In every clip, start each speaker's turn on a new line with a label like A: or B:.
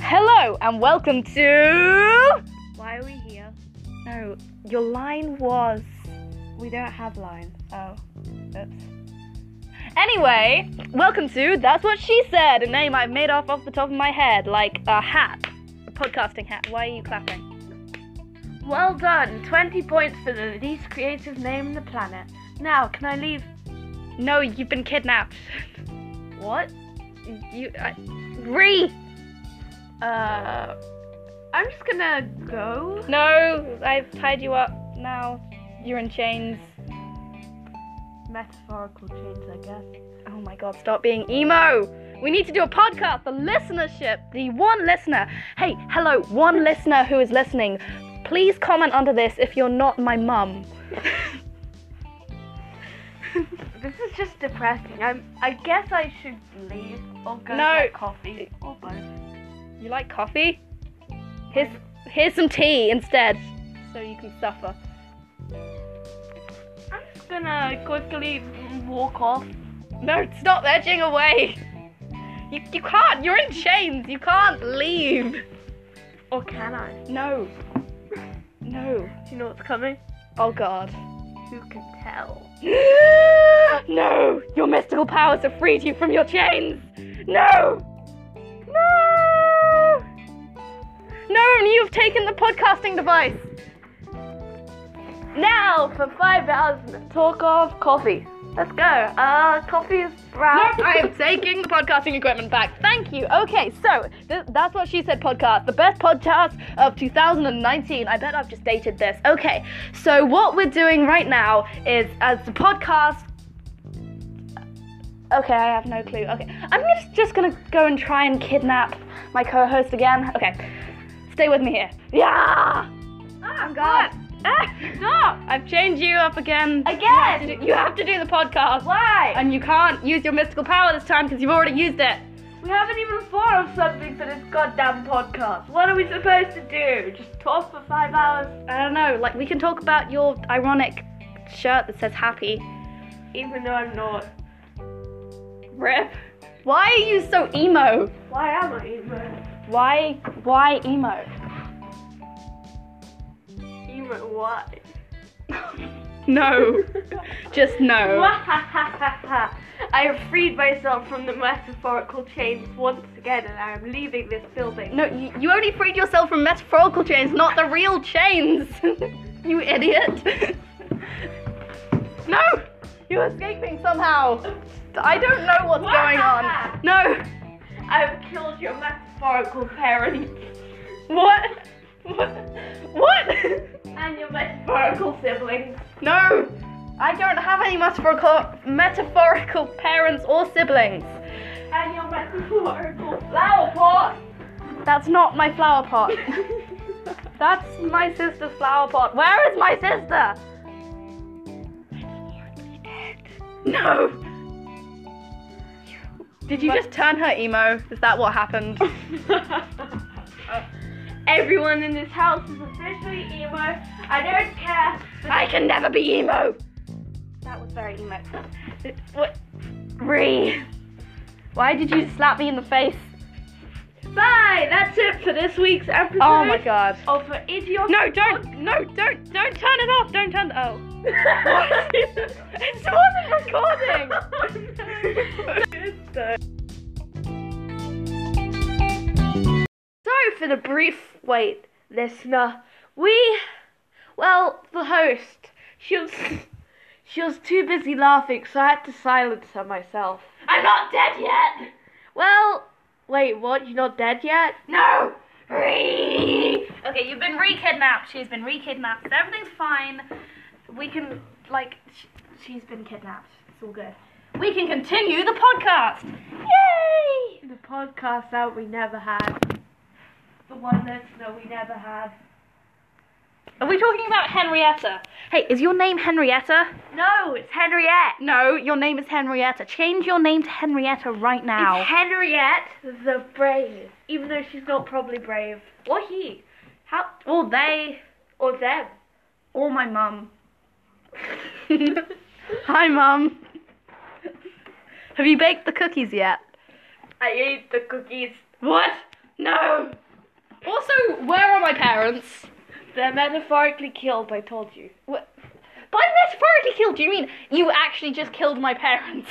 A: Hello and welcome to.
B: Why are we here?
A: No, your line was.
B: We don't have lines.
A: Oh.
B: Oops.
A: Anyway, welcome to That's What She Said, a name I've made off off the top of my head, like a hat, a podcasting hat. Why are you clapping?
B: Well done. 20 points for the least creative name on the planet. Now, can I leave?
A: No, you've been kidnapped.
B: What?
A: You. I, Ree!
B: Uh. I'm just gonna go.
A: No, I've tied you up now. You're in chains.
B: Metaphorical change, I guess.
A: Oh my god, stop being emo! We need to do a podcast, the listenership, the one listener. Hey, hello, one listener who is listening. Please comment under this if you're not my mum.
B: This is just depressing. I'm. I guess I should leave or go
A: No.
B: get coffee or both.
A: You like coffee? Here's, here's some tea instead, so you can suffer.
B: I'm just gonna quickly walk off.
A: No, stop edging away! You, you can't, you're in chains, you can't leave!
B: Or can I?
A: No. No.
B: Do you know what's coming?
A: Oh god.
B: Who can tell?
A: no! Your mystical powers have freed you from your chains! No! No! No, and you've taken the podcasting device!
B: Now for five hours and talk of coffee. Let's go. Uh, coffee is brown.
A: Nope, I am taking the podcasting equipment back. Thank you. Okay, so th- that's what she said podcast, the best podcast of 2019. I bet I've just dated this. Okay, so what we're doing right now is as the podcast. Okay, I have no clue. Okay, I'm just, just gonna go and try and kidnap my co host again. Okay, stay with me here. Yeah!
B: Oh
A: God. Ah,
B: Stop!
A: I've changed you up again.
B: Again!
A: You have to do the podcast.
B: Why?
A: And you can't use your mystical power this time because you've already used it.
B: we haven't even thought of something for this goddamn podcast. What are we supposed to do? Just talk for five hours?
A: I don't know, like we can talk about your ironic shirt that says happy.
B: Even though I'm not. Rip.
A: Why are you so emo?
B: Why am I emo?
A: Why why emo?
B: Emo what?
A: No. Just no.
B: I have freed myself from the metaphorical chains once again and I am leaving this building.
A: No, you, you only freed yourself from metaphorical chains, not the real chains. you idiot. no. You're escaping somehow. I don't know what's going on. No.
B: I've killed your metaphorical parents
A: What? What? What?
B: and your metaphorical siblings.
A: No! I don't have any metaphorical, metaphorical parents or siblings.
B: And your metaphorical flower pot.
A: That's not my flower pot. That's my sister's flower pot. Where is my sister? No! Did you just turn her emo? Is that what happened?
B: Everyone in this house is officially emo. I don't care.
A: I can never be emo! That was very emo. What? Ree! Why did you slap me in the face?
B: Bye. That's it for this week's episode.
A: Oh my god.
B: Of for idiot.
A: No, don't, no, don't, don't turn it off. Don't turn. Oh,
B: What?
A: it wasn't recording.
B: Sorry for the brief wait, listener. We, well, the host, she was, she was too busy laughing, so I had to silence her myself.
A: I'm not dead yet.
B: Well, wait, what? You're not dead yet?
A: No. Re. Okay, you've been re-kidnapped. She's been re-kidnapped. Everything's fine. We can like, sh- she's been kidnapped. It's all good. We can continue the podcast. Yay!
B: The podcast that we never had. The one listener we never had.
A: Are we talking about Henrietta? Hey, is your name Henrietta?
B: No, it's Henriette.
A: No, your name is Henrietta. Change your name to Henrietta right now.
B: It's Henriette the Brave. Even though she's not probably brave. Or he. How?
A: or they,
B: Or them.
A: or my mum. Hi, mum. Have you baked the cookies yet?
B: I ate the cookies.
A: What?
B: No!
A: Also, where are my parents?
B: They're metaphorically killed, I told you.
A: What? By metaphorically killed, do you mean you actually just killed my parents?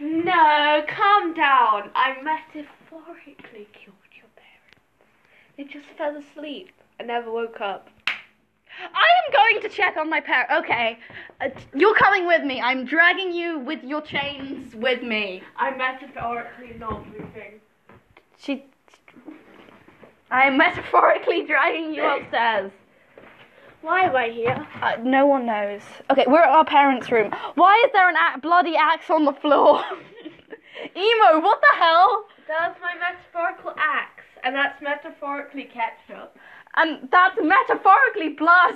B: No, calm down. I metaphorically killed your parents. They just fell asleep and never woke up.
A: I am going to check on my parents. Okay, uh, t- you're coming with me. I'm dragging you with your chains with me.
B: I'm metaphorically not moving.
A: She. I'm metaphorically dragging you upstairs.
B: Why am I here?
A: Uh, no one knows. Okay, we're at our parents' room. Why is there an a- bloody axe on the floor? Emo, what the hell?
B: That's my metaphorical axe, and that's metaphorically ketchup.
A: And that's metaphorically blood.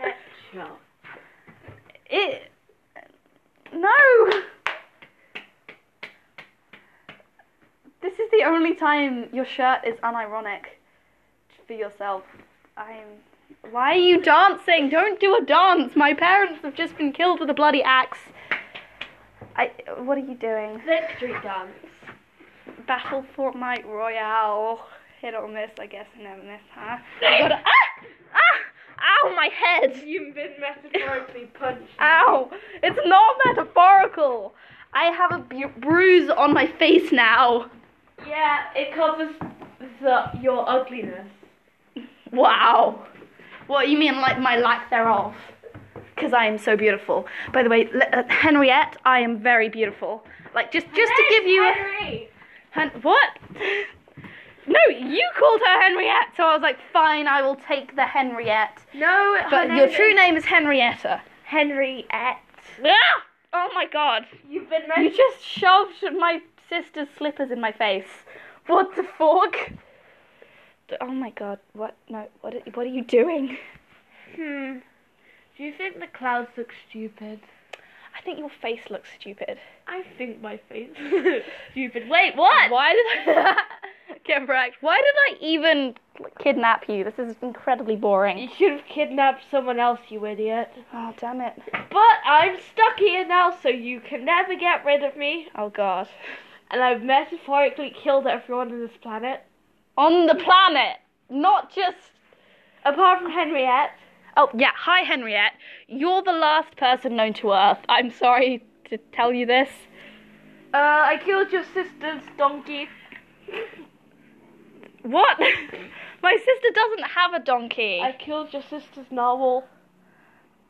B: Ketchup.
A: It. No! This is the only time your shirt is unironic for yourself. I'm. Why are you dancing? Don't do a dance! My parents have just been killed with a bloody axe. I. What are you doing?
B: Victory dance.
A: Battle Fortnite Royale. Hit or miss, I guess, and never miss, huh? Gotta- ah! Ah! Ow, my head!
B: You've been metaphorically punched.
A: Ow! It's not metaphorical! I have a bu- bruise on my face now.
B: Yeah, it covers the, your ugliness.
A: Wow. What, you mean like my lack thereof? Because I am so beautiful. By the way, Le- uh, Henriette, I am very beautiful. Like, just, just to give you. A-
B: Henry.
A: Hen- what? No, you called her Henriette, so I was like, fine, I will take the Henriette.
B: No,
A: But your true name is Henrietta.
B: Henriette.
A: Ah! Oh my god.
B: You've been
A: You
B: metaphorically.
A: just shoved my sister's slippers in my face. What the fork? Oh my god! What? No! What? Are, what are you doing?
B: Hmm. Do you think the clouds look stupid?
A: I think your face looks stupid.
B: I think my face looks stupid. Wait, what?
A: Why did I get wrecked? Why did I even kidnap you? This is incredibly
B: You
A: boring.
B: should have kidnapped someone else, you idiot.
A: Oh damn it!
B: But I'm stuck here now, so you can never get rid of me.
A: Oh god!
B: And I've metaphorically killed everyone on this planet.
A: On the planet, not just.
B: Apart from Henriette.
A: Oh yeah. Hi Henriette. You're the last person known to Earth. I'm sorry to tell you this.
B: Uh, I killed your sister's donkey.
A: What? My sister doesn't have a donkey.
B: I killed your sister's narwhal.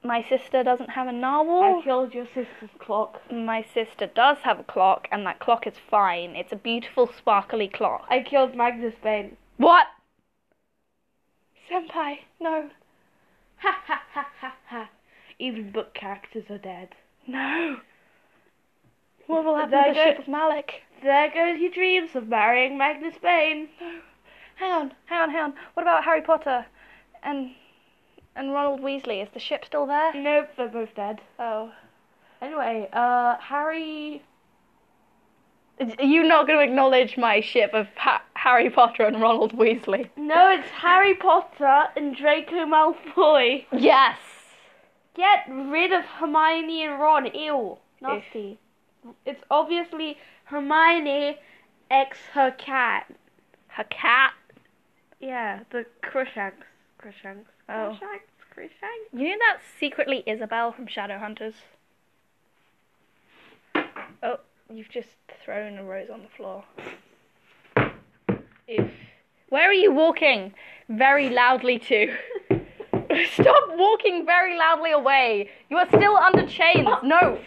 A: My sister doesn't have a
B: I
A: narwhal.
B: killed your sister's clock.
A: My sister does have a clock, and that clock is fine. It's a beautiful, sparkly clock.
B: I killed Magnus Bane.
A: What?
B: Senpai, no. Ha ha ha ha ha. Even book characters are dead.
A: No. What will
B: There
A: happen to
B: go-
A: the ship of Malik?
B: There goes your dreams of marrying Magnus Bane.
A: Hang on, hang on, hang on. What about Harry Potter and and Ronald Weasley? Is the ship still there?
B: Nope, they're both dead.
A: Oh.
B: Anyway, uh, Harry.
A: Are you not going to acknowledge my ship of ha- Harry Potter and Ronald Weasley?
B: No, it's Harry Potter and Draco Malfoy.
A: Yes.
B: Get rid of Hermione and Ron. Ew. Nasty. It's obviously Hermione ex her cat.
A: Her cat.
B: Yeah, the Crushanks. Crushanks.
A: Oh.
B: Crushanks. Crushanks.
A: You know that's secretly Isabel from Shadowhunters. Oh, you've just thrown a rose on the floor. If where are you walking? Very loudly too. Stop walking very loudly away. You are still under chains. No,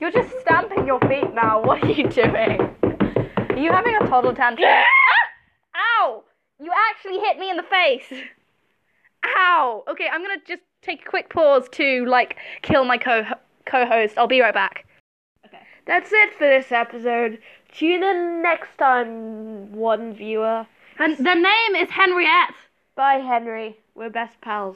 A: you're just stamping your feet now. What are you doing? Are you having a toddler tantrum? Ah! Ow! You actually hit me in the face. Ow! Okay, I'm gonna just take a quick pause to like kill my co co-host. I'll be right back.
B: That's it for this episode. Tune in next time, one viewer.
A: And their name is Henriette.
B: Bye, Henry. We're best pals.